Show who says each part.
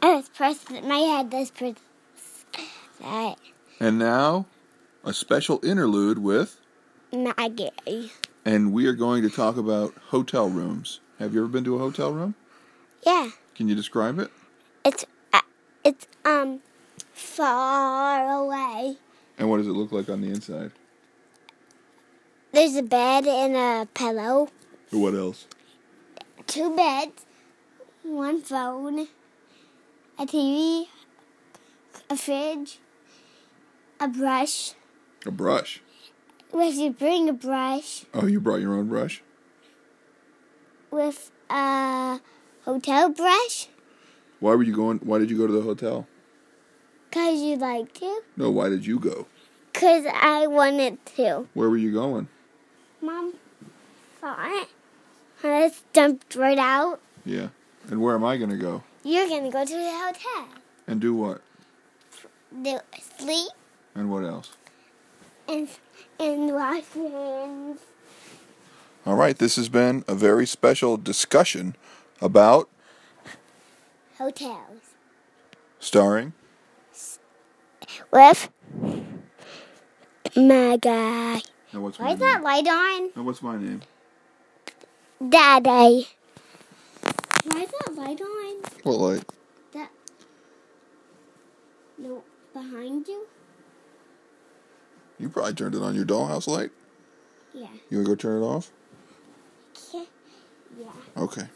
Speaker 1: I was pressed. My head was pressed. That
Speaker 2: And now, a special interlude with,
Speaker 1: Maggie.
Speaker 2: and we are going to talk about hotel rooms. Have you ever been to a hotel room?
Speaker 1: Yeah,
Speaker 2: Can you describe it?
Speaker 1: it's uh, it's um far away.
Speaker 2: And what does it look like on the inside?
Speaker 1: There's a bed and a pillow,
Speaker 2: What else?
Speaker 1: two beds, one phone, a TV, a fridge, a brush.
Speaker 2: A brush.
Speaker 1: If you bring a brush
Speaker 2: Oh, you brought your own brush?
Speaker 1: with a hotel brush,
Speaker 2: Why were you going? Why did you go to the hotel?
Speaker 1: cause you like to,
Speaker 2: No, why did you go?
Speaker 1: cause I wanted to.
Speaker 2: Where were you going?
Speaker 1: Mom saw it. And it's dumped right out.
Speaker 2: Yeah. And where am I going to go?
Speaker 1: You're gonna go to the hotel.
Speaker 2: And do what?
Speaker 1: Do sleep
Speaker 2: And what else?
Speaker 1: and and wash your hands.
Speaker 2: All right, this has been a very special discussion about
Speaker 1: Hotels
Speaker 2: starring
Speaker 1: with my guy.
Speaker 2: and what's
Speaker 1: Why
Speaker 2: my
Speaker 1: is that
Speaker 2: name?
Speaker 1: light on,
Speaker 2: And what's my name?
Speaker 1: Daddy? Why is that light on?
Speaker 2: Well, like
Speaker 1: That no behind you?
Speaker 2: you probably turned it on your dollhouse light.
Speaker 1: Yeah.
Speaker 2: You want to go turn it off?
Speaker 1: Yeah.
Speaker 2: Okay.